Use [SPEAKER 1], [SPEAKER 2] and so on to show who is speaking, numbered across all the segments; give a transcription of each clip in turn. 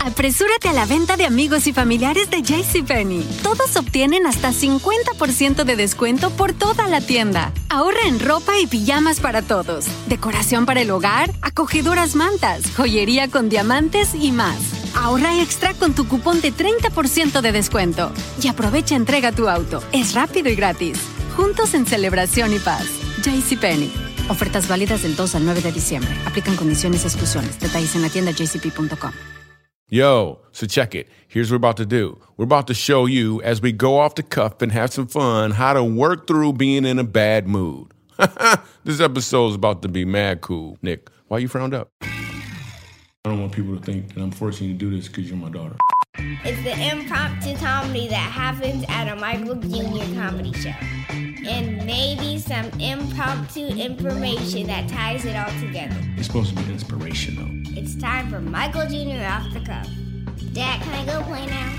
[SPEAKER 1] Apresúrate a la venta de amigos y familiares de JCPenney. Todos obtienen hasta 50% de descuento por toda la tienda. Ahorra en ropa y pijamas para todos, decoración para el hogar, acogedoras mantas, joyería con diamantes y más. Ahorra extra con tu cupón de 30% de descuento y aprovecha entrega tu auto. Es rápido y gratis. Juntos en celebración y paz. JCPenney. Ofertas válidas del 2 al 9 de diciembre. Aplican condiciones y exclusiones. Detalles en la tienda jcp.com.
[SPEAKER 2] Yo, so check it. Here's what we're about to do. We're about to show you, as we go off the cuff and have some fun, how to work through being in a bad mood. this episode's about to be mad cool. Nick, why you frowned up? I don't want people to think that I'm forcing you to do this because you're my daughter.
[SPEAKER 3] It's the impromptu comedy that happens at a Michael Jr. comedy show. And maybe some impromptu information that ties it all together.
[SPEAKER 2] It's supposed to be inspirational.
[SPEAKER 3] It's time for Michael Jr. off the cuff. Dad, can I go play now?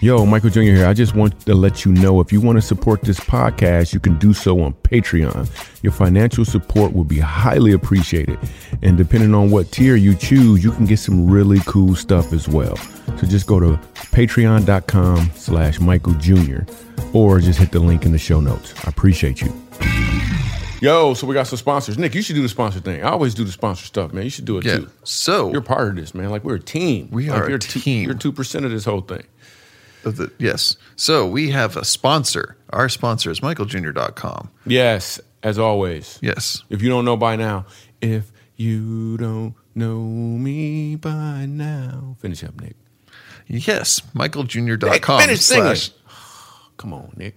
[SPEAKER 2] Yo, Michael Jr. here. I just want to let you know if you want to support this podcast, you can do so on Patreon. Your financial support will be highly appreciated. And depending on what tier you choose, you can get some really cool stuff as well. So just go to patreon.com slash Michael Jr. or just hit the link in the show notes. I appreciate you. Yo, so we got some sponsors. Nick, you should do the sponsor thing. I always do the sponsor stuff, man. You should do it
[SPEAKER 4] Yeah.
[SPEAKER 2] too.
[SPEAKER 4] So
[SPEAKER 2] You're part of this, man. Like we're a team.
[SPEAKER 4] We
[SPEAKER 2] Like,
[SPEAKER 4] are a
[SPEAKER 2] you're two-
[SPEAKER 4] team.
[SPEAKER 2] You're two percent of this whole thing.
[SPEAKER 4] of the- yes. So we have a sponsor. Our sponsor is michaeljr.com.
[SPEAKER 2] Yes, as always.
[SPEAKER 4] Yes.
[SPEAKER 2] If you don't know by now, if you don't know me by now, finish up, Nick.
[SPEAKER 4] Yes.
[SPEAKER 2] Nick,
[SPEAKER 4] michaeljr.com.
[SPEAKER 2] finish singing.
[SPEAKER 4] Slash,
[SPEAKER 2] Come on, Nick.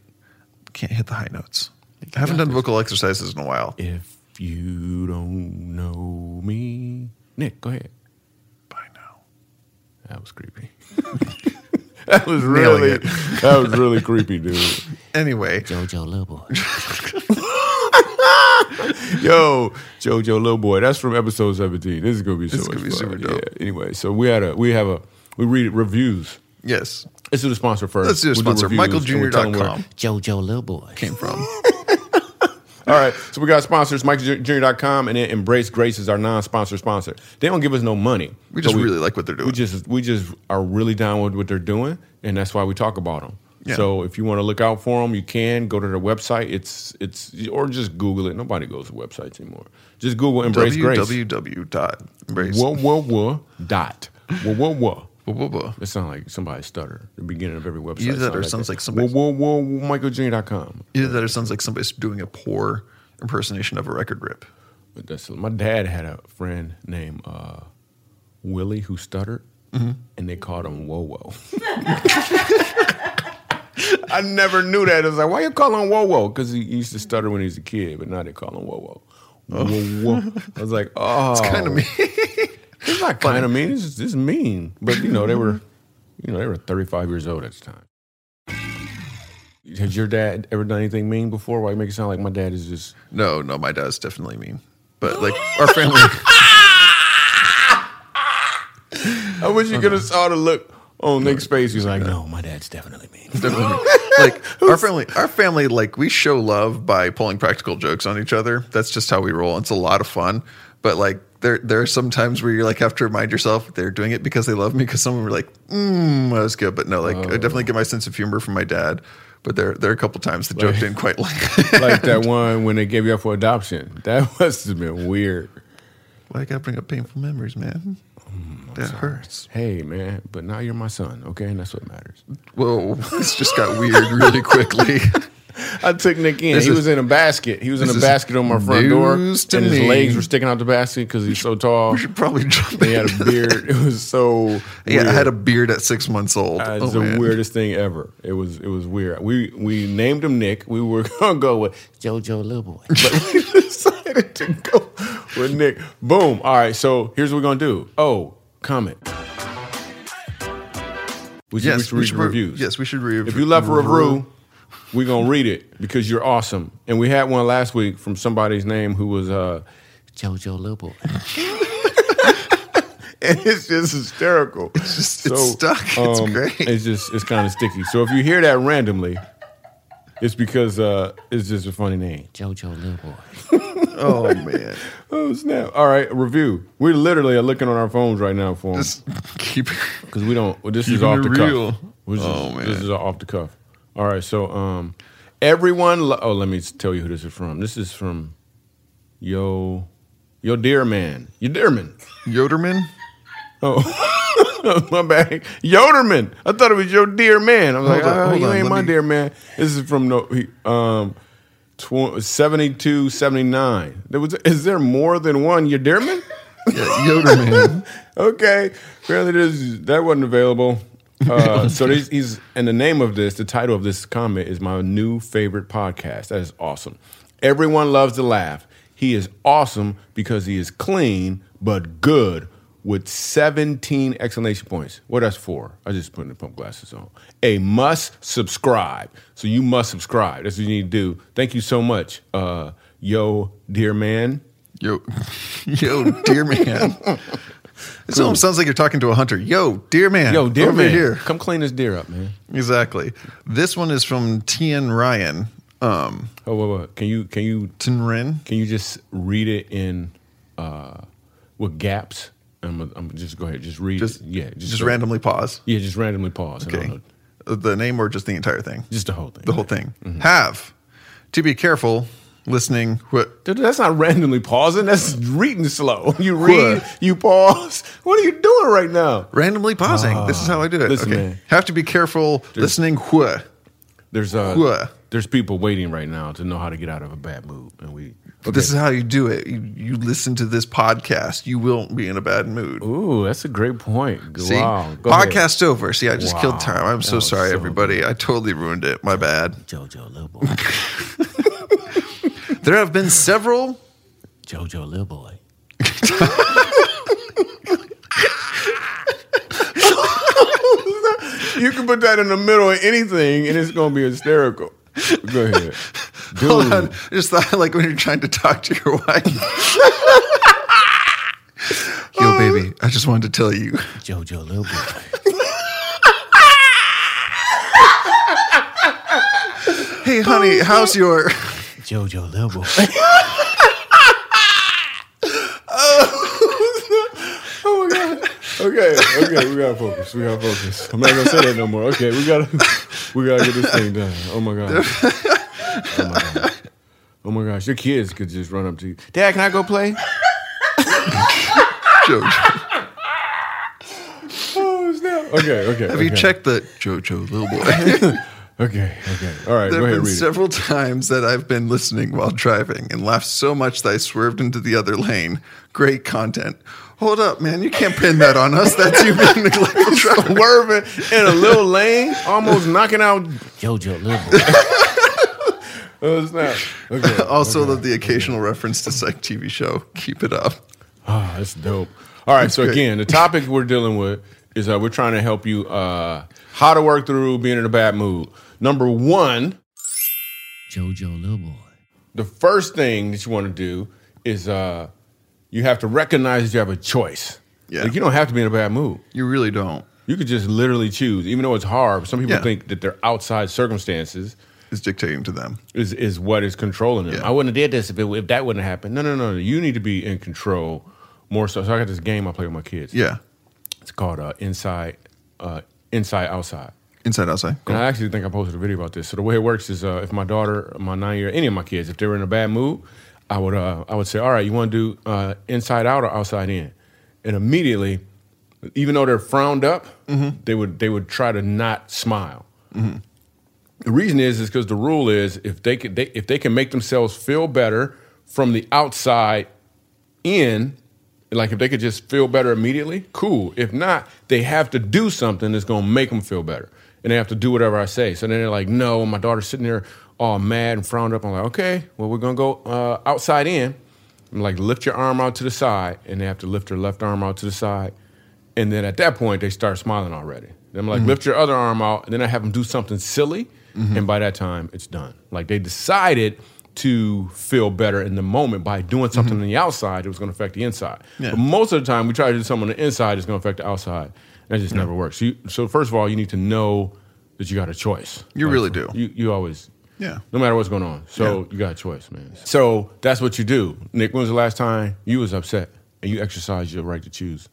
[SPEAKER 4] can't hit the high notes. I haven't done vocal exercises in a while.
[SPEAKER 2] If you don't know me, Nick, go ahead.
[SPEAKER 4] By now.
[SPEAKER 2] That was creepy. that was
[SPEAKER 4] Nailing
[SPEAKER 2] really,
[SPEAKER 4] it.
[SPEAKER 2] that was really creepy, dude.
[SPEAKER 4] Anyway,
[SPEAKER 5] Jojo Little Boy.
[SPEAKER 2] Yo, Jojo Little Boy, that's from episode seventeen. This is gonna be so
[SPEAKER 4] This is
[SPEAKER 2] much
[SPEAKER 4] gonna be
[SPEAKER 2] fun.
[SPEAKER 4] super dope.
[SPEAKER 2] Yeah. Anyway, so we had a we have a we read reviews.
[SPEAKER 4] yes.
[SPEAKER 2] Let's do the sponsor first.
[SPEAKER 4] Let's do a
[SPEAKER 2] We'll
[SPEAKER 4] sponsor.
[SPEAKER 2] reviews, and we'll tell them where-
[SPEAKER 4] michaeljr.com
[SPEAKER 5] Jojo Little Boy.
[SPEAKER 4] came from.
[SPEAKER 2] All right, so we got sponsors, MikeJr.com, and then Embrace Grace is our non-sponsor sponsor. They don't give us no money.
[SPEAKER 4] We just
[SPEAKER 2] So
[SPEAKER 4] really like what they're doing.
[SPEAKER 2] We just we just are really down with what they're doing, and that's why we talk about them.
[SPEAKER 4] Yeah.
[SPEAKER 2] So if you want to look out for them, you can go to their website. It's it's or just Google it. Nobody goes to websites anymore. Just Google Embrace Grace.
[SPEAKER 4] www.embrace.
[SPEAKER 2] Whoa, whoa, whoa, dot. Whoa, whoa, whoa.
[SPEAKER 4] Whoa, whoa, whoa.
[SPEAKER 2] It sounds like somebody stutter. The beginning of every website.
[SPEAKER 4] Either that or
[SPEAKER 2] sound
[SPEAKER 4] sounds like somebody's-
[SPEAKER 2] Whoa, whoa, whoa, MichaelJr.com.
[SPEAKER 4] Either that or sounds like somebody's doing a poor impersonation of a record rip.
[SPEAKER 2] But That's, my dad had a friend named uh, Willie who stuttered, and they called him Wowo. I never knew that. I was like, why you call him Wowo? Because he used to stutter when he was a kid, but now they call him Wowo. Wowo. I was like, oh,
[SPEAKER 4] It's kind of me.
[SPEAKER 2] It's not kind of mean. It's just it's mean. But you know, they were, you know, they were 35 years old at the time. Has your dad ever done anything mean before? Why you make it sound like my dad is just
[SPEAKER 4] no, no, my dad's definitely mean. But like our family,
[SPEAKER 2] I wish you could have saw the look on Nick's face. He's like, no, my dad's definitely mean.
[SPEAKER 4] definitely mean. like our family, our family, like we show love by pulling practical jokes on each other. That's just how we roll. It's a lot of fun. But like there, there are some times where you like have to remind yourself they're doing it because they love me. Because someone were like, mm, that was good. But no, like I definitely get my sense of humor from my dad. But there, there are a couple times the joke didn't quite like.
[SPEAKER 2] like that one when they gave you up for adoption. That must have been weird.
[SPEAKER 4] Why you gotta bring up painful memories, man?
[SPEAKER 2] Mm,
[SPEAKER 4] that hurts.
[SPEAKER 2] Hey, man, but now you're my son, okay? And that's what matters.
[SPEAKER 4] Whoa, this just got weird really quickly.
[SPEAKER 2] I took Nick in.
[SPEAKER 4] This
[SPEAKER 2] he
[SPEAKER 4] is-
[SPEAKER 2] was in a basket. He was in
[SPEAKER 4] this
[SPEAKER 2] a
[SPEAKER 4] is
[SPEAKER 2] basket on my front door, and
[SPEAKER 4] news
[SPEAKER 2] his
[SPEAKER 4] to me.
[SPEAKER 2] legs were sticking out the basket because he's so tall.
[SPEAKER 4] we should probably jump
[SPEAKER 2] He had
[SPEAKER 4] into
[SPEAKER 2] a beard. It was so.
[SPEAKER 4] Yeah, I
[SPEAKER 2] weird.
[SPEAKER 4] had a beard at six months old.
[SPEAKER 2] Uh,
[SPEAKER 4] Oh,
[SPEAKER 2] it's the
[SPEAKER 4] man.
[SPEAKER 2] weirdest thing ever. It was it was weird. We we named him Nick. We were gonna go with
[SPEAKER 5] Jojo Little Boy.
[SPEAKER 2] but we decided to go with Nick. Boom. All right, so here's what we're gonna do. Oh, comment. We should,
[SPEAKER 4] Yes,
[SPEAKER 2] we should
[SPEAKER 4] we
[SPEAKER 2] read
[SPEAKER 4] should
[SPEAKER 2] the
[SPEAKER 4] re-
[SPEAKER 2] reviews.
[SPEAKER 4] yes, we should read-
[SPEAKER 2] If you left a review,
[SPEAKER 4] review.
[SPEAKER 2] we're gonna read it because you're awesome. And we had one last week from somebody's name who was uh
[SPEAKER 5] Jojo Little Boy.
[SPEAKER 2] and it's just hysterical. It's um,
[SPEAKER 4] just- it's stuck. It's great.
[SPEAKER 2] It's just it's kind of sticky. So if you hear that randomly, It's because uh, it's just a funny name.
[SPEAKER 5] Jojo Little Boy.
[SPEAKER 4] Oh man,
[SPEAKER 2] Oh snap! All right, review. We literally are looking on our phones right now for them
[SPEAKER 4] just keep.
[SPEAKER 2] because we don't. well, this is
[SPEAKER 4] keeping
[SPEAKER 2] off
[SPEAKER 4] it
[SPEAKER 2] the
[SPEAKER 4] real.
[SPEAKER 2] cuff. This is,
[SPEAKER 4] Oh, man.
[SPEAKER 2] this is off the cuff. All right, so um, everyone. Lo- oh, let me tell you who this is from. This is from yo, yo, dear man, yo, dear man.
[SPEAKER 4] Yoderman.
[SPEAKER 2] my bad. Yoderman. I thought it was your dear man. I was like,
[SPEAKER 4] Hold on,
[SPEAKER 2] oh,
[SPEAKER 4] hold
[SPEAKER 2] you
[SPEAKER 4] on,
[SPEAKER 2] ain't
[SPEAKER 4] let
[SPEAKER 2] my
[SPEAKER 4] me-
[SPEAKER 2] dear man. This is from no, he, um, tw- 72, 79. There was, is there more than one your dear man?
[SPEAKER 4] Yeah, Yoderman.
[SPEAKER 2] okay. Apparently, this, that wasn't available. Uh, so he's, he's, and the name of this, the title of this comment is my new favorite podcast. That is awesome. Everyone loves to laugh. He is awesome because he is clean but good with 17 exclamation points. What that's for? I just put the pump glasses on. A must subscribe. So you must subscribe. That's what you need to do. Thank you so much, uh, yo, dear man.
[SPEAKER 4] Yo, yo, dear man. This almost sounds like you're talking to a hunter. Yo, dear man.
[SPEAKER 2] Yo, dear
[SPEAKER 4] over
[SPEAKER 2] man,
[SPEAKER 4] here.
[SPEAKER 2] come clean this deer up, man.
[SPEAKER 4] Exactly. This one is from Tien Ryan. Um,
[SPEAKER 2] Oh, wait, wait. Can you can you
[SPEAKER 4] Tien Rin.
[SPEAKER 2] can you just read it in uh with gaps? I'm gonna- I'm gonna just go ahead, just read.
[SPEAKER 4] Just
[SPEAKER 2] yeah,
[SPEAKER 4] just, randomly pause.
[SPEAKER 2] Yeah, just randomly pause. I don't
[SPEAKER 4] Okay. Uh,
[SPEAKER 2] know.
[SPEAKER 4] The name or just the entire thing?
[SPEAKER 2] just the whole thing.
[SPEAKER 4] The whole thing. Have to be careful listening. What
[SPEAKER 2] Dude, that's not randomly pausing. That's reading slow. You read, you pause. What are you doing right now?
[SPEAKER 4] randomly pausing. this is how I do it.
[SPEAKER 2] listen,
[SPEAKER 4] okay.
[SPEAKER 2] man.
[SPEAKER 4] Have to be careful listening. What
[SPEAKER 2] There's uh,
[SPEAKER 4] Wha-
[SPEAKER 2] there's people waiting right now to know how to get out of a bad mood, and we. Okay.
[SPEAKER 4] This is how you do it. You, you listen to this podcast. You won't be in a bad mood.
[SPEAKER 2] Ooh, that's a great point.
[SPEAKER 4] See,
[SPEAKER 2] wow. Go ahead.
[SPEAKER 4] podcast over. See, I just
[SPEAKER 2] Wow.
[SPEAKER 4] killed time. I'm
[SPEAKER 2] That
[SPEAKER 4] so
[SPEAKER 2] was
[SPEAKER 4] sorry,
[SPEAKER 2] so
[SPEAKER 4] everybody. I totally ruined it. My bad.
[SPEAKER 5] Jojo Little Boy.
[SPEAKER 4] There have been several.
[SPEAKER 5] Jojo Little Boy.
[SPEAKER 2] You can put that in the middle of anything, and it's gonna be hysterical. Go ahead.
[SPEAKER 4] Hold
[SPEAKER 2] Dude.
[SPEAKER 4] on. I just thought like when you're trying to talk to your wife. Yo, baby, I just wanted to tell you.
[SPEAKER 5] Jojo Little Boy.
[SPEAKER 4] Hey, honey, how's your?
[SPEAKER 5] Jojo Little Boy.
[SPEAKER 2] Oh my god. Okay, okay, we gotta focus. We gotta focus. I'm not gonna say that no more. Okay, we gotta we gotta get this thing done. Oh my god. Oh my god. Oh my gosh, your kids could just run up to you. Dad, can I go play?
[SPEAKER 4] Jojo.
[SPEAKER 2] Oh snap. Okay, okay.
[SPEAKER 4] Have you checked the Jojo little boy?
[SPEAKER 2] Okay, okay. All right,
[SPEAKER 4] there
[SPEAKER 2] go ahead,
[SPEAKER 4] have been
[SPEAKER 2] read it.
[SPEAKER 4] several times that I've been listening while driving and laughed so much that I swerved into the other lane. Great content. Hold up, man. You can't pin that on us. That's you being neglectful driving.
[SPEAKER 2] Swerving in a little lane, almost knocking out.
[SPEAKER 5] Jojo Little Boy.
[SPEAKER 2] Oh snap. Okay.
[SPEAKER 4] Also, love the occasional reference to psych TV show. Keep it up.
[SPEAKER 2] Ah, that's dope. All right, so
[SPEAKER 4] great.
[SPEAKER 2] again, the topic we're dealing with is uh, we're trying to help you uh, how to work through being in a bad mood. Number one,
[SPEAKER 5] Jojo Little Boy.
[SPEAKER 2] the first thing that you want to do is uh, you have to recognize you have a choice.
[SPEAKER 4] Yeah.
[SPEAKER 2] Like you don't have to be in a bad mood.
[SPEAKER 4] You really don't.
[SPEAKER 2] You could just literally choose, even though it's hard. Some people
[SPEAKER 4] Yeah.
[SPEAKER 2] think that their outside circumstances
[SPEAKER 4] It's dictating to them.
[SPEAKER 2] is is what is controlling them.
[SPEAKER 4] Yeah.
[SPEAKER 2] I wouldn't have did this if, it, if that wouldn't have happened. No, no, no, no. You need to be in control more so. So I got this game I play with my kids.
[SPEAKER 4] Yeah.
[SPEAKER 2] It's called uh, Inside uh, Inside Outside.
[SPEAKER 4] Inside, outside. Cool.
[SPEAKER 2] And I actually think I posted a video about this. So the way it works is, uh, if my daughter, my nine year, any of my kids, if they were in a bad mood, I would, uh, I would say, all right, you want to do uh, inside out or outside in, and immediately, even though they're frowned up, they would, they would try to not smile. The reason is, is because the rule is, if they can, they, if they can make themselves feel better from the outside in, like if they could just feel better immediately, cool. If not, they have to do something that's gonna make them feel better. And they have to do whatever I say. So then they're like, no, my daughter's sitting there all mad and frowned up. I'm like, okay, well, we're gonna go uh, outside in. I'm like, lift your arm out to the side. And they have to lift their left arm out to the side. And then at that point, they start smiling already. Then I'm like,
[SPEAKER 4] Mm-hmm.
[SPEAKER 2] lift your other arm out. And then I have them do something silly. And by that time, it's done. Like they decided to feel better in the moment by doing something on the outside that was going to affect the inside.
[SPEAKER 4] Mm-hmm. Yeah.
[SPEAKER 2] But most of the time, we try to do something on the inside that's going to affect the outside. That just never works. So, you, so first of all, you need to know that you got a choice.
[SPEAKER 4] You really do.
[SPEAKER 2] You, you always,
[SPEAKER 4] Yeah.
[SPEAKER 2] No matter what's going on. So you got a choice, man. So that's what you do. Nick, when was the last time you was upset and you exercised your right to choose?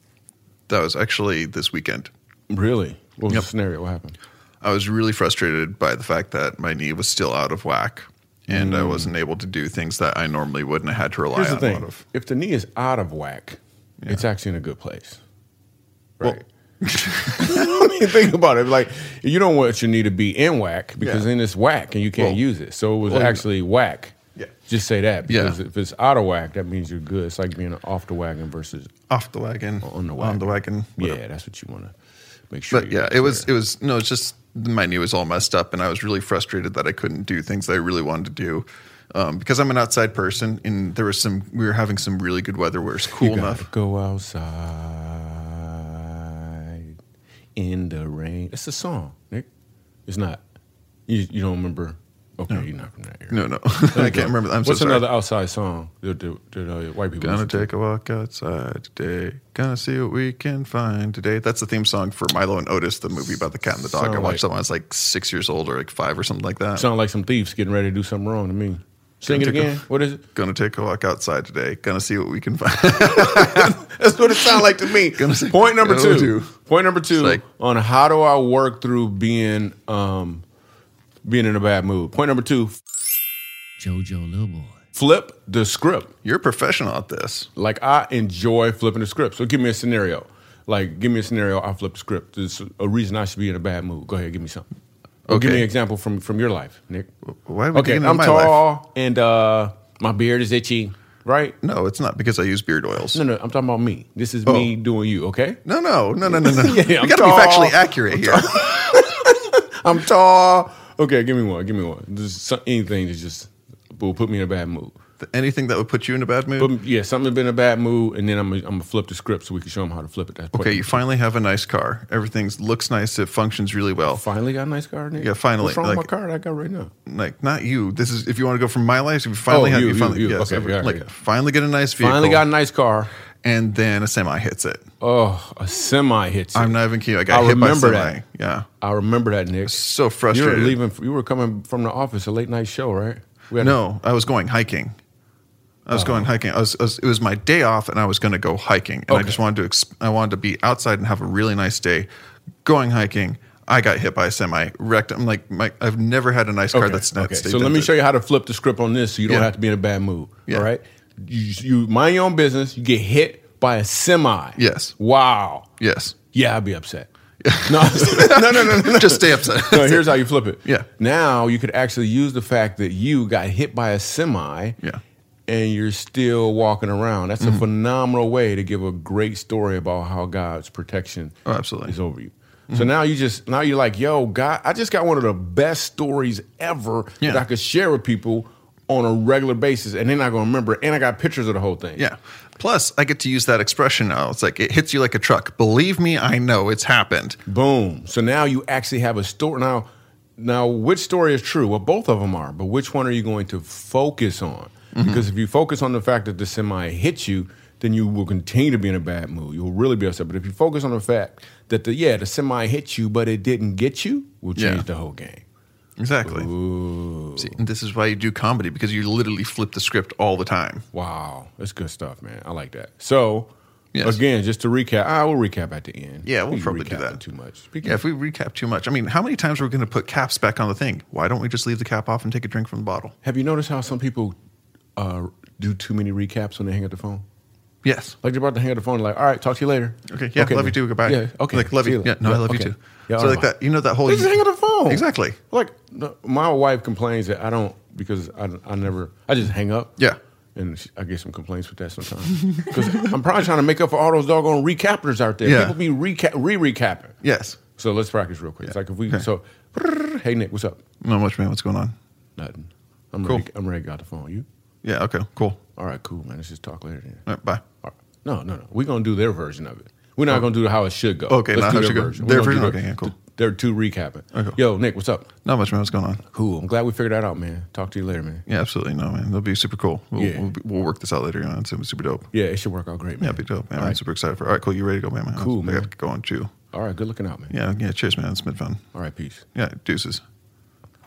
[SPEAKER 4] That was actually this weekend.
[SPEAKER 2] Really? What was
[SPEAKER 4] Yep.
[SPEAKER 2] the scenario? What happened?
[SPEAKER 4] I was really frustrated by the fact that my knee was still out of whack and I wasn't able to do things that I normally wouldn't have had to
[SPEAKER 2] Mm.
[SPEAKER 4] rely
[SPEAKER 2] Here's
[SPEAKER 4] on
[SPEAKER 2] the
[SPEAKER 4] a lot
[SPEAKER 2] thing.
[SPEAKER 4] of.
[SPEAKER 2] If the knee is out of whack, it's actually in a good place. Right. I mean, think about it. Like you don't want your knee to be in whack because
[SPEAKER 4] Yeah.
[SPEAKER 2] then it's whack and you can't
[SPEAKER 4] Well-
[SPEAKER 2] use it. So it was
[SPEAKER 4] well, you-
[SPEAKER 2] actually whack.
[SPEAKER 4] Yeah.
[SPEAKER 2] Just say that
[SPEAKER 4] Yeah.
[SPEAKER 2] because if it's out of whack, that means you're good. It's like being off the wagon versus
[SPEAKER 4] Off the wagon.
[SPEAKER 2] on the wagon.
[SPEAKER 4] On the wagon. whatever.
[SPEAKER 2] yeah. That's what you want to make sure.
[SPEAKER 4] But yeah, it was, it was, no, it's just my knee was all messed up and I was really frustrated that I couldn't do things that I really wanted to do. Um, because I'm an outside person and there was some, we were having some really good weather where it's cool
[SPEAKER 2] you gotta
[SPEAKER 4] enough.
[SPEAKER 2] Go outside in the rain. It's a song, Nick. It's not. You, you don't remember? Okay, you're not from that era.
[SPEAKER 4] No, no, I can't remember. I'm so
[SPEAKER 2] What's
[SPEAKER 4] sorry.
[SPEAKER 2] another outside song that, that, that uh, white people
[SPEAKER 4] Gonna
[SPEAKER 2] listen to?
[SPEAKER 4] take a walk outside today. Gonna see what we can find today. That's the theme song for Milo and Otis, the movie about the cat and the dog.
[SPEAKER 2] Sound
[SPEAKER 4] I watched
[SPEAKER 2] like-
[SPEAKER 4] that when I was like six years old or like five or something like that.
[SPEAKER 2] Sound like some thieves getting ready to do something wrong to me. Sing it
[SPEAKER 4] Gonna take a-
[SPEAKER 2] again. what is it?
[SPEAKER 4] Gonna take a walk outside today. Gonna see what we can find.
[SPEAKER 2] That's what it sounds like to me.
[SPEAKER 4] Gonna say-
[SPEAKER 2] Point number
[SPEAKER 4] Gonna
[SPEAKER 2] two.
[SPEAKER 4] do.
[SPEAKER 2] Point number two
[SPEAKER 4] It's like-
[SPEAKER 2] on how do I work through being um being in a bad mood. Point number two.
[SPEAKER 5] Jojo Lilboy.
[SPEAKER 2] Flip the script.
[SPEAKER 4] You're a professional at this.
[SPEAKER 2] Like I enjoy flipping the script. So give me a scenario. Like give me a scenario. I flip the script. There's a reason I should be in a bad mood. Go ahead, give me something. Or give
[SPEAKER 4] Okay.
[SPEAKER 2] me an example from from your life, Nick.
[SPEAKER 4] Why would
[SPEAKER 2] Okay,
[SPEAKER 4] you
[SPEAKER 2] I'm tall and uh, my beard is itchy, right?
[SPEAKER 4] No, it's not because I use beard oils.
[SPEAKER 2] No, no, I'm talking about me. This is
[SPEAKER 4] Oh.
[SPEAKER 2] me doing you. Okay,
[SPEAKER 4] no, no, no, no, no. no.
[SPEAKER 2] Yeah, yeah, I'm
[SPEAKER 4] you gotta
[SPEAKER 2] tall.
[SPEAKER 4] be factually accurate here.
[SPEAKER 2] I'm tall. Okay, give me one. Give me one. Just some- anything that's just will put me in a bad mood.
[SPEAKER 4] Anything that would put you in a bad mood.
[SPEAKER 2] But yeah, something been in a bad mood, and then I'm gonna- I'm gonna flip the script so we can show them how to flip it. That's point
[SPEAKER 4] okay, you
[SPEAKER 2] number two.
[SPEAKER 4] finally have a nice car. Everything looks nice. It functions really well.
[SPEAKER 2] finally got a nice car, Nick.
[SPEAKER 4] Yeah, finally,
[SPEAKER 2] What's wrong
[SPEAKER 4] like-
[SPEAKER 2] with my car that I got right now?
[SPEAKER 4] like not you. This is if you want to go from my life. You finally
[SPEAKER 2] Oh,
[SPEAKER 4] have
[SPEAKER 2] you,
[SPEAKER 4] you,
[SPEAKER 2] you,
[SPEAKER 4] finally
[SPEAKER 2] you.
[SPEAKER 4] yes,
[SPEAKER 2] Okay, yeah,
[SPEAKER 4] like
[SPEAKER 2] yeah.
[SPEAKER 4] finally get a nice vehicle.
[SPEAKER 2] Finally got a nice car.
[SPEAKER 4] and then a semi hits it.
[SPEAKER 2] Oh, a semi hits.
[SPEAKER 4] I'm
[SPEAKER 2] i
[SPEAKER 4] not even kidding. I got
[SPEAKER 2] I
[SPEAKER 4] hit
[SPEAKER 2] remember
[SPEAKER 4] by a semi.
[SPEAKER 2] that.
[SPEAKER 4] Yeah,
[SPEAKER 2] I remember that, Nick.
[SPEAKER 4] so
[SPEAKER 2] You were
[SPEAKER 4] frustrated.
[SPEAKER 2] leaving. You were coming from the office, a late night show, right? We had- Oh.
[SPEAKER 4] No, I was going hiking. I was going hiking. I was, I was- it was my day off, and I was going to go hiking. And I
[SPEAKER 2] Okay.
[SPEAKER 4] just wanted to. Exp- I wanted to be outside and have a really nice day. Going hiking, I got hit by a semi, wrecked. I'm like, my, I've never had a nice car that's not.
[SPEAKER 2] okay. So let me show you how to flip the script on this, so you don't
[SPEAKER 4] Yeah.
[SPEAKER 2] have to be in a bad mood.
[SPEAKER 4] Yeah.
[SPEAKER 2] All right. You, you mind your own business. You get hit by a semi.
[SPEAKER 4] Yes.
[SPEAKER 2] Wow.
[SPEAKER 4] Yes.
[SPEAKER 2] Yeah, I'd be upset. No, no, no, no, no.
[SPEAKER 4] Just stay upset.
[SPEAKER 2] No, here's how you flip it.
[SPEAKER 4] Yeah.
[SPEAKER 2] Now you could actually use the fact that you got hit by a semi.
[SPEAKER 4] Yeah. Mm-hmm.
[SPEAKER 2] And you're still walking around. That's a phenomenal way to give a great story about how God's protection
[SPEAKER 4] Oh, absolutely.
[SPEAKER 2] is
[SPEAKER 4] Mm-hmm.
[SPEAKER 2] over you. So now you just now you're like, yo, God, I just got one of the best stories ever that
[SPEAKER 4] Yeah.
[SPEAKER 2] I could share with people on a regular basis, and they're not gonna remember. it. And I got pictures of the whole thing.
[SPEAKER 4] Yeah. Plus, I get to use that expression now. It's like it hits you like a truck. Believe me, I know it's happened.
[SPEAKER 2] Boom. So now you actually have a story. Now, now which story is true? Well, both of them are, but which one are you going to focus on?
[SPEAKER 4] Mm-hmm.
[SPEAKER 2] Because if you focus on the fact that the semi hit you, then you will continue to be in a bad mood. You'll really be upset. But if you focus on the fact that the yeah, the semi hit you, but it didn't get you, will change
[SPEAKER 4] Yeah.
[SPEAKER 2] the whole game.
[SPEAKER 4] Exactly. See, and this is why you do comedy because you literally flip the script all the time.
[SPEAKER 2] Wow. That's good stuff, man. I like that. So
[SPEAKER 4] Yes.
[SPEAKER 2] again, just to recap, I will recap at the end.
[SPEAKER 4] Yeah, we'll
[SPEAKER 2] You
[SPEAKER 4] probably do
[SPEAKER 2] recapped
[SPEAKER 4] that.
[SPEAKER 2] it too much.
[SPEAKER 4] Yeah, if we recap too much, I mean, how many times are we going to put caps back on the thing? Why don't we just leave the cap off and take a drink from the bottle?
[SPEAKER 2] Have you noticed how some people uh, do too many recaps when they hang up the phone?
[SPEAKER 4] Yes.
[SPEAKER 2] Like they're about to hang up the phone, like, all right, talk to you later.
[SPEAKER 4] Okay. Yeah. love you
[SPEAKER 2] man.
[SPEAKER 4] too. Goodbye.
[SPEAKER 2] Yeah. Okay.
[SPEAKER 4] Like love
[SPEAKER 2] see
[SPEAKER 4] you. Yeah.
[SPEAKER 2] later.
[SPEAKER 4] No, I love
[SPEAKER 2] okay.
[SPEAKER 4] you too.
[SPEAKER 2] Yeah,
[SPEAKER 4] so
[SPEAKER 2] all
[SPEAKER 4] like
[SPEAKER 2] right.
[SPEAKER 4] that. You know that whole.
[SPEAKER 2] They just hang up the phone.
[SPEAKER 4] Exactly.
[SPEAKER 2] Like the- my wife complains that I don't because I, I never I just hang up.
[SPEAKER 4] Yeah.
[SPEAKER 2] And she- I get some complaints with that sometimes because I'm probably trying to make up for all those doggone recappers out there.
[SPEAKER 4] Yeah.
[SPEAKER 2] People be recap re recapping.
[SPEAKER 4] Yes.
[SPEAKER 2] So let's practice real quick. It's like if we
[SPEAKER 4] Okay.
[SPEAKER 2] so, hey Nick, what's up?
[SPEAKER 4] Not much, man. What's going on?
[SPEAKER 2] Nothing. I'm
[SPEAKER 4] Cool.
[SPEAKER 2] ready. I'm ready. to get out the phone. You?
[SPEAKER 4] Yeah. Okay. Cool.
[SPEAKER 2] All right. Cool, man. Let's just talk later. Then.
[SPEAKER 4] All right, bye.
[SPEAKER 2] All right. No, no, no. We're gonna do their version of it. We're not gonna do how it should go.
[SPEAKER 4] Oh. Okay, not how it should go.
[SPEAKER 2] We're
[SPEAKER 4] Their
[SPEAKER 2] gonna do
[SPEAKER 4] version? Okay, yeah, cool.
[SPEAKER 2] They're two recapping.
[SPEAKER 4] Okay.
[SPEAKER 2] Yo, Nick, what's up?
[SPEAKER 4] Not much, man. What's going on?
[SPEAKER 2] Cool. I'm glad we figured that out, man. Talk to you later, man.
[SPEAKER 4] Yeah, absolutely. No, man. That'll be super cool. We'll,
[SPEAKER 2] Yeah.
[SPEAKER 4] we'll, we'll work this out later. You know, it's gonna be super dope.
[SPEAKER 2] Yeah, it should work out great, man.
[SPEAKER 4] Yeah, be dope, man.
[SPEAKER 2] All
[SPEAKER 4] I'm
[SPEAKER 2] right.
[SPEAKER 4] super excited for All right, cool. You ready to go, man? man
[SPEAKER 2] Cool,
[SPEAKER 4] I
[SPEAKER 2] man.
[SPEAKER 4] got to go on too.
[SPEAKER 2] All right. Good looking out, man.
[SPEAKER 4] Yeah, yeah. Cheers, man. It's been fun.
[SPEAKER 2] All right. Peace.
[SPEAKER 4] Yeah, deuces.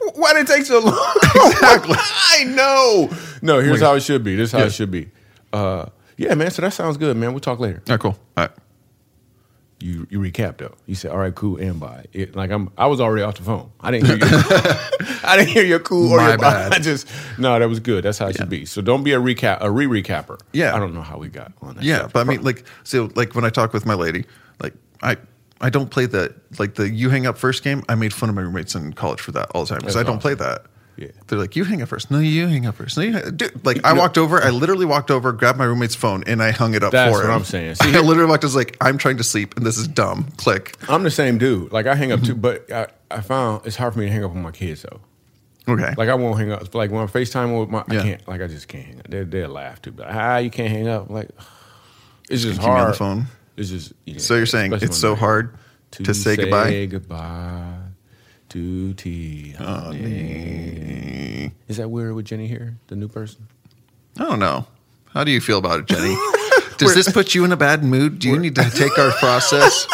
[SPEAKER 2] Wh- Why did it take so long?
[SPEAKER 4] Exactly.
[SPEAKER 2] I know. No, here's
[SPEAKER 4] Wait.
[SPEAKER 2] how it should be. This is how
[SPEAKER 4] Yeah.
[SPEAKER 2] it should be. Uh, yeah, man. So that sounds good, man. We'll talk later.
[SPEAKER 4] All right, cool. All right.
[SPEAKER 2] You you recap though. You said, all right, cool, and bye. It, like I'm, I was already off the phone. I didn't hear your, I didn't hear your cool or
[SPEAKER 4] My
[SPEAKER 2] your bye.
[SPEAKER 4] bad.
[SPEAKER 2] I just no, that was good. That's how it should be. So don't be a recap, a re recapper.
[SPEAKER 4] Yeah.
[SPEAKER 2] I don't know how we got on that.
[SPEAKER 4] Yeah,
[SPEAKER 2] subject.
[SPEAKER 4] but I mean, like, so, like when I talk with my lady, like, I I don't play the like the you hang up first game. I made fun of my roommates in college for that all the time because
[SPEAKER 2] That's
[SPEAKER 4] I don't
[SPEAKER 2] awesome.
[SPEAKER 4] play that.
[SPEAKER 2] Yeah.
[SPEAKER 4] They're like, you hang up first. No, you hang up first. No, you hang-" Dude, like I
[SPEAKER 2] No.
[SPEAKER 4] walked over. I literally walked over, grabbed my roommate's phone, and I hung it up
[SPEAKER 2] That's
[SPEAKER 4] for him.
[SPEAKER 2] what I'm saying. See,
[SPEAKER 4] I
[SPEAKER 2] here-
[SPEAKER 4] literally walked. I was like, I'm trying to sleep, and this is dumb. Click.
[SPEAKER 2] I'm the same dude. Like I hang up too,
[SPEAKER 4] Mm-hmm.
[SPEAKER 2] but I, I found it's hard for me to hang up with my kids though.
[SPEAKER 4] Okay.
[SPEAKER 2] Like I won't hang up. Like when I'm Facetime with my, I
[SPEAKER 4] Yeah.
[SPEAKER 2] can't. Like I just can't hang up. They they laugh too. But ah, you can't hang up. I'm like it's just
[SPEAKER 4] keep me on the
[SPEAKER 2] hard.
[SPEAKER 4] phone.
[SPEAKER 2] It's just. yeah,
[SPEAKER 4] So you're saying
[SPEAKER 2] especially
[SPEAKER 4] it's
[SPEAKER 2] when
[SPEAKER 4] so
[SPEAKER 2] I'm-
[SPEAKER 4] hard to, say, goodbye?
[SPEAKER 2] goodbye to T.
[SPEAKER 4] Oh,
[SPEAKER 2] Is that weird with Jenny here, the new person?
[SPEAKER 4] I don't know. How do you feel about it, Jenny? Does this put you in a bad mood? Do you need to take our process?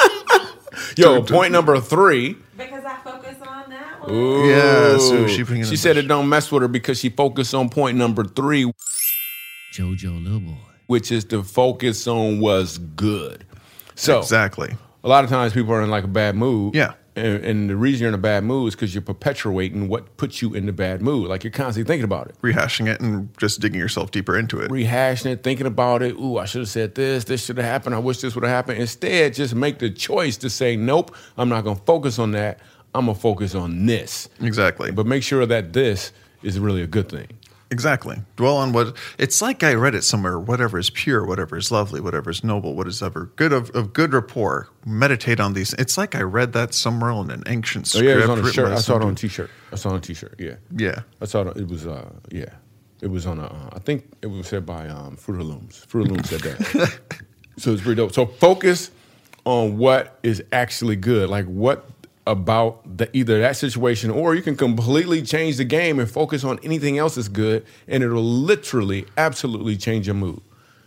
[SPEAKER 2] Yo, point number three.
[SPEAKER 6] Because I focus on that one.
[SPEAKER 2] Ooh.
[SPEAKER 4] Yeah, so she bringing
[SPEAKER 2] She
[SPEAKER 4] up
[SPEAKER 2] said
[SPEAKER 4] that
[SPEAKER 2] it don't mess with her because she focused on point number three,
[SPEAKER 5] Jojo Little Boy.
[SPEAKER 2] which is to focus on what's good. So
[SPEAKER 4] Exactly.
[SPEAKER 2] a lot of times people are in like a bad mood.
[SPEAKER 4] Yeah.
[SPEAKER 2] And, and the reason you're in a bad mood is because you're perpetuating what puts you in the bad mood. Like you're constantly thinking about it.
[SPEAKER 4] Rehashing it and just digging yourself deeper into it.
[SPEAKER 2] rehashing it, thinking about it. Ooh, I should have said this. This should have happened. I wish this would have happened. Instead, just make the choice to say, nope, I'm not going to focus on that. I'm going to focus on this.
[SPEAKER 4] Exactly.
[SPEAKER 2] But make sure that this is really a good thing.
[SPEAKER 4] Exactly. Dwell on what it's like. I read it somewhere. Whatever is pure, whatever is lovely, whatever is noble, what is ever good of, of good rapport. Meditate on these. It's like I read that somewhere in an ancient
[SPEAKER 2] Oh,
[SPEAKER 4] script.
[SPEAKER 2] yeah, it was on a
[SPEAKER 4] written
[SPEAKER 2] shirt.
[SPEAKER 4] by
[SPEAKER 2] I saw it
[SPEAKER 4] some
[SPEAKER 2] on a
[SPEAKER 4] dude.
[SPEAKER 2] t shirt. I saw it on a t shirt. Yeah.
[SPEAKER 4] Yeah.
[SPEAKER 2] I saw it. It was, uh, yeah. It was on a, uh, I think it was said by um, Fruit of Looms. Fruit of Looms said that. so it's pretty dope. So focus on what is actually good. Like what about the either that situation or you can completely change the game and focus on anything else that's good and it'll literally absolutely change your mood.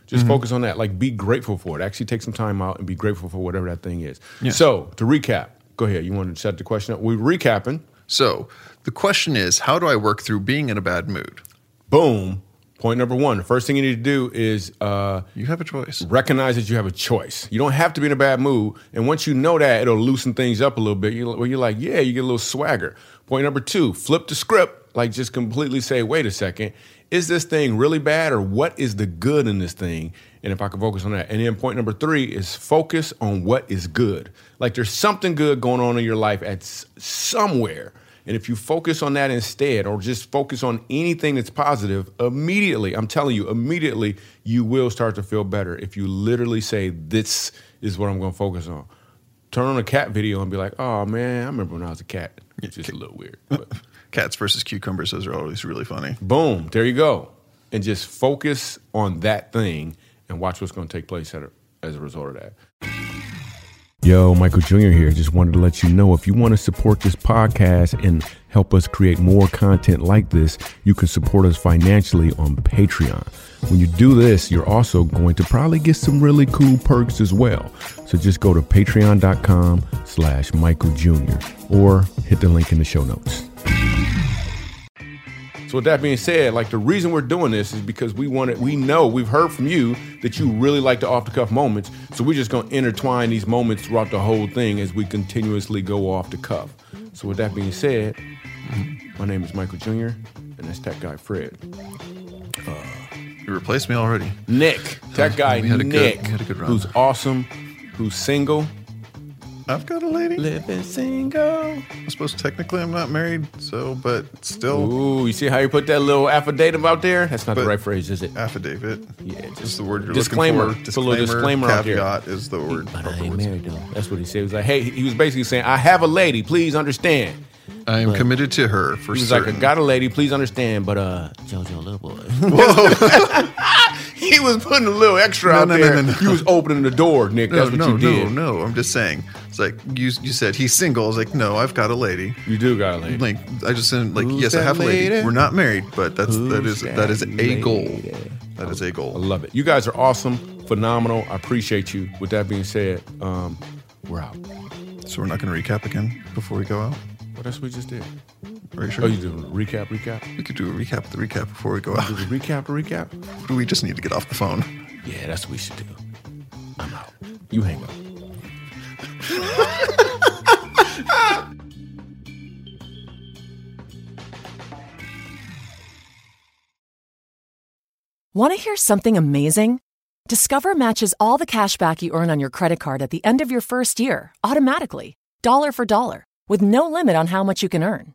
[SPEAKER 2] Just focus on that. Like be grateful for it. Actually take some time out and be grateful for whatever that thing is. So to recap, go ahead. You want to set the question up? We're recapping.
[SPEAKER 4] So the question is, how do I work through being in a bad mood?
[SPEAKER 2] boom. Point number one. The first thing you need to do is uh,
[SPEAKER 4] You have a choice.
[SPEAKER 2] recognize that you have a choice. You don't have to be in a bad mood. And once you know that, it'll loosen things up a little bit. You, where you're like, yeah, you get a little swagger. Point number two, flip the script. Like, just completely say, wait a second, is this thing really bad or what is the good in this thing? And if I can focus on that. And then point number three is focus on what is good. Like, there's something good going on in your life at s- somewhere. And if you focus on that instead, or just focus on anything that's positive, immediately, I'm telling you, immediately, you will start to feel better if you literally say, This is what I'm going to focus on. Turn on a cat video and be like, Oh man, I remember when I was a cat. It's just a little weird. But
[SPEAKER 4] Cats versus cucumbers. Those are always really funny.
[SPEAKER 2] boom, there you go. And just focus on that thing and watch what's going to take place at a, as a result of that. Yo, Michael Jr. here. Just wanted to let you know if you want to support this podcast and help us create more content like this, you can support us financially on Patreon. When you do this, you're also going to probably get some really cool perks as well. So just go to patreon.com slash Michael Jr. or hit the link in the show notes. So with that being said, like the reason we're doing this is because we want it. We know we've heard from you that you really like the off the cuff moments. So we're just gonna intertwine these moments throughout the whole thing as we continuously go off the cuff. So with that being said, my name is Michael Jr. and that's Tech Guy Fred.
[SPEAKER 4] You replaced me already.
[SPEAKER 2] Nick, Tech Guy
[SPEAKER 4] We had a good-
[SPEAKER 2] Nick,
[SPEAKER 4] we had a good run.
[SPEAKER 2] who's awesome, who's single,
[SPEAKER 4] I've got a lady.
[SPEAKER 2] living single.
[SPEAKER 4] I suppose technically I'm not married, so but still
[SPEAKER 2] Ooh, you see how you put that little affidavit out there? That's not the
[SPEAKER 4] But-
[SPEAKER 2] right phrase, is it?
[SPEAKER 4] affidavit.
[SPEAKER 2] Yeah,
[SPEAKER 4] Is the word you're
[SPEAKER 2] disclaimer.
[SPEAKER 4] looking for.
[SPEAKER 2] Just a little disclaimer out there.
[SPEAKER 4] caveat is the word.
[SPEAKER 5] But I
[SPEAKER 4] proper
[SPEAKER 5] ain't
[SPEAKER 4] words.
[SPEAKER 5] married though.
[SPEAKER 2] That's what he said. He was like, hey, he was basically saying, I have a lady, please understand.
[SPEAKER 4] I am committed to her for
[SPEAKER 2] He was
[SPEAKER 4] certain.
[SPEAKER 2] like, I got a lady, please understand. But uh
[SPEAKER 5] Jojo Little Boy.
[SPEAKER 2] he was putting a little extra
[SPEAKER 4] No,
[SPEAKER 2] out
[SPEAKER 4] no, no,
[SPEAKER 2] there.
[SPEAKER 4] no, no.
[SPEAKER 2] You was opening the door, Nick.
[SPEAKER 4] no,
[SPEAKER 2] That's what
[SPEAKER 4] no,
[SPEAKER 2] you did.
[SPEAKER 4] no, no. I'm just saying. It's like you, you said he's single. I was like, no, I've got a lady.
[SPEAKER 2] You do got a lady.
[SPEAKER 4] Like I just said, like
[SPEAKER 2] Who's
[SPEAKER 4] yes, I
[SPEAKER 2] that
[SPEAKER 4] have a lady.
[SPEAKER 2] lady?
[SPEAKER 4] We're not married, but that's that
[SPEAKER 2] Who's
[SPEAKER 4] is that is a
[SPEAKER 2] that
[SPEAKER 4] goal.
[SPEAKER 2] lady?
[SPEAKER 4] That is a
[SPEAKER 2] I
[SPEAKER 4] goal.
[SPEAKER 2] love it. You guys are awesome, phenomenal. I appreciate you. With that being said, um, we're out.
[SPEAKER 4] So we're not going to recap again before we go out.
[SPEAKER 2] What else we just did?
[SPEAKER 4] Are you sure?
[SPEAKER 2] Oh, you do recap, recap.
[SPEAKER 4] we could do a recap of the recap before we go
[SPEAKER 2] Do
[SPEAKER 4] out.
[SPEAKER 2] the recap, the recap.
[SPEAKER 4] We just need to get off the phone.
[SPEAKER 2] Yeah, that's what we should do. I'm out. You hang up.
[SPEAKER 7] Want to hear something amazing? Discover matches all the cash back you earn on your credit card at the end of your first year automatically, dollar for dollar, with no limit on how much you can earn.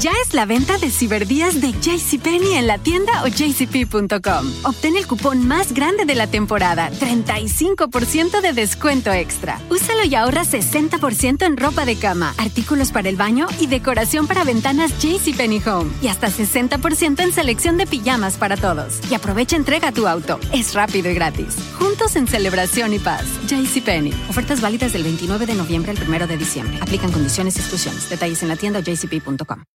[SPEAKER 1] Ya es la venta de ciberdías de JCPenney en la tienda o jcp.com. Obtén el cupón más grande de la temporada, 35% de descuento extra. Úsalo y ahorra 60% en ropa de cama, artículos para el baño y decoración para ventanas JCPenney Home. Y hasta 60% en selección de pijamas para todos. Y aprovecha entrega a tu auto. Es rápido y gratis. Juntos en celebración y paz. JCPenney. Ofertas válidas del 29 de noviembre al 1 de diciembre. Aplican condiciones y exclusiones. Detalles en la tienda o jcp.com.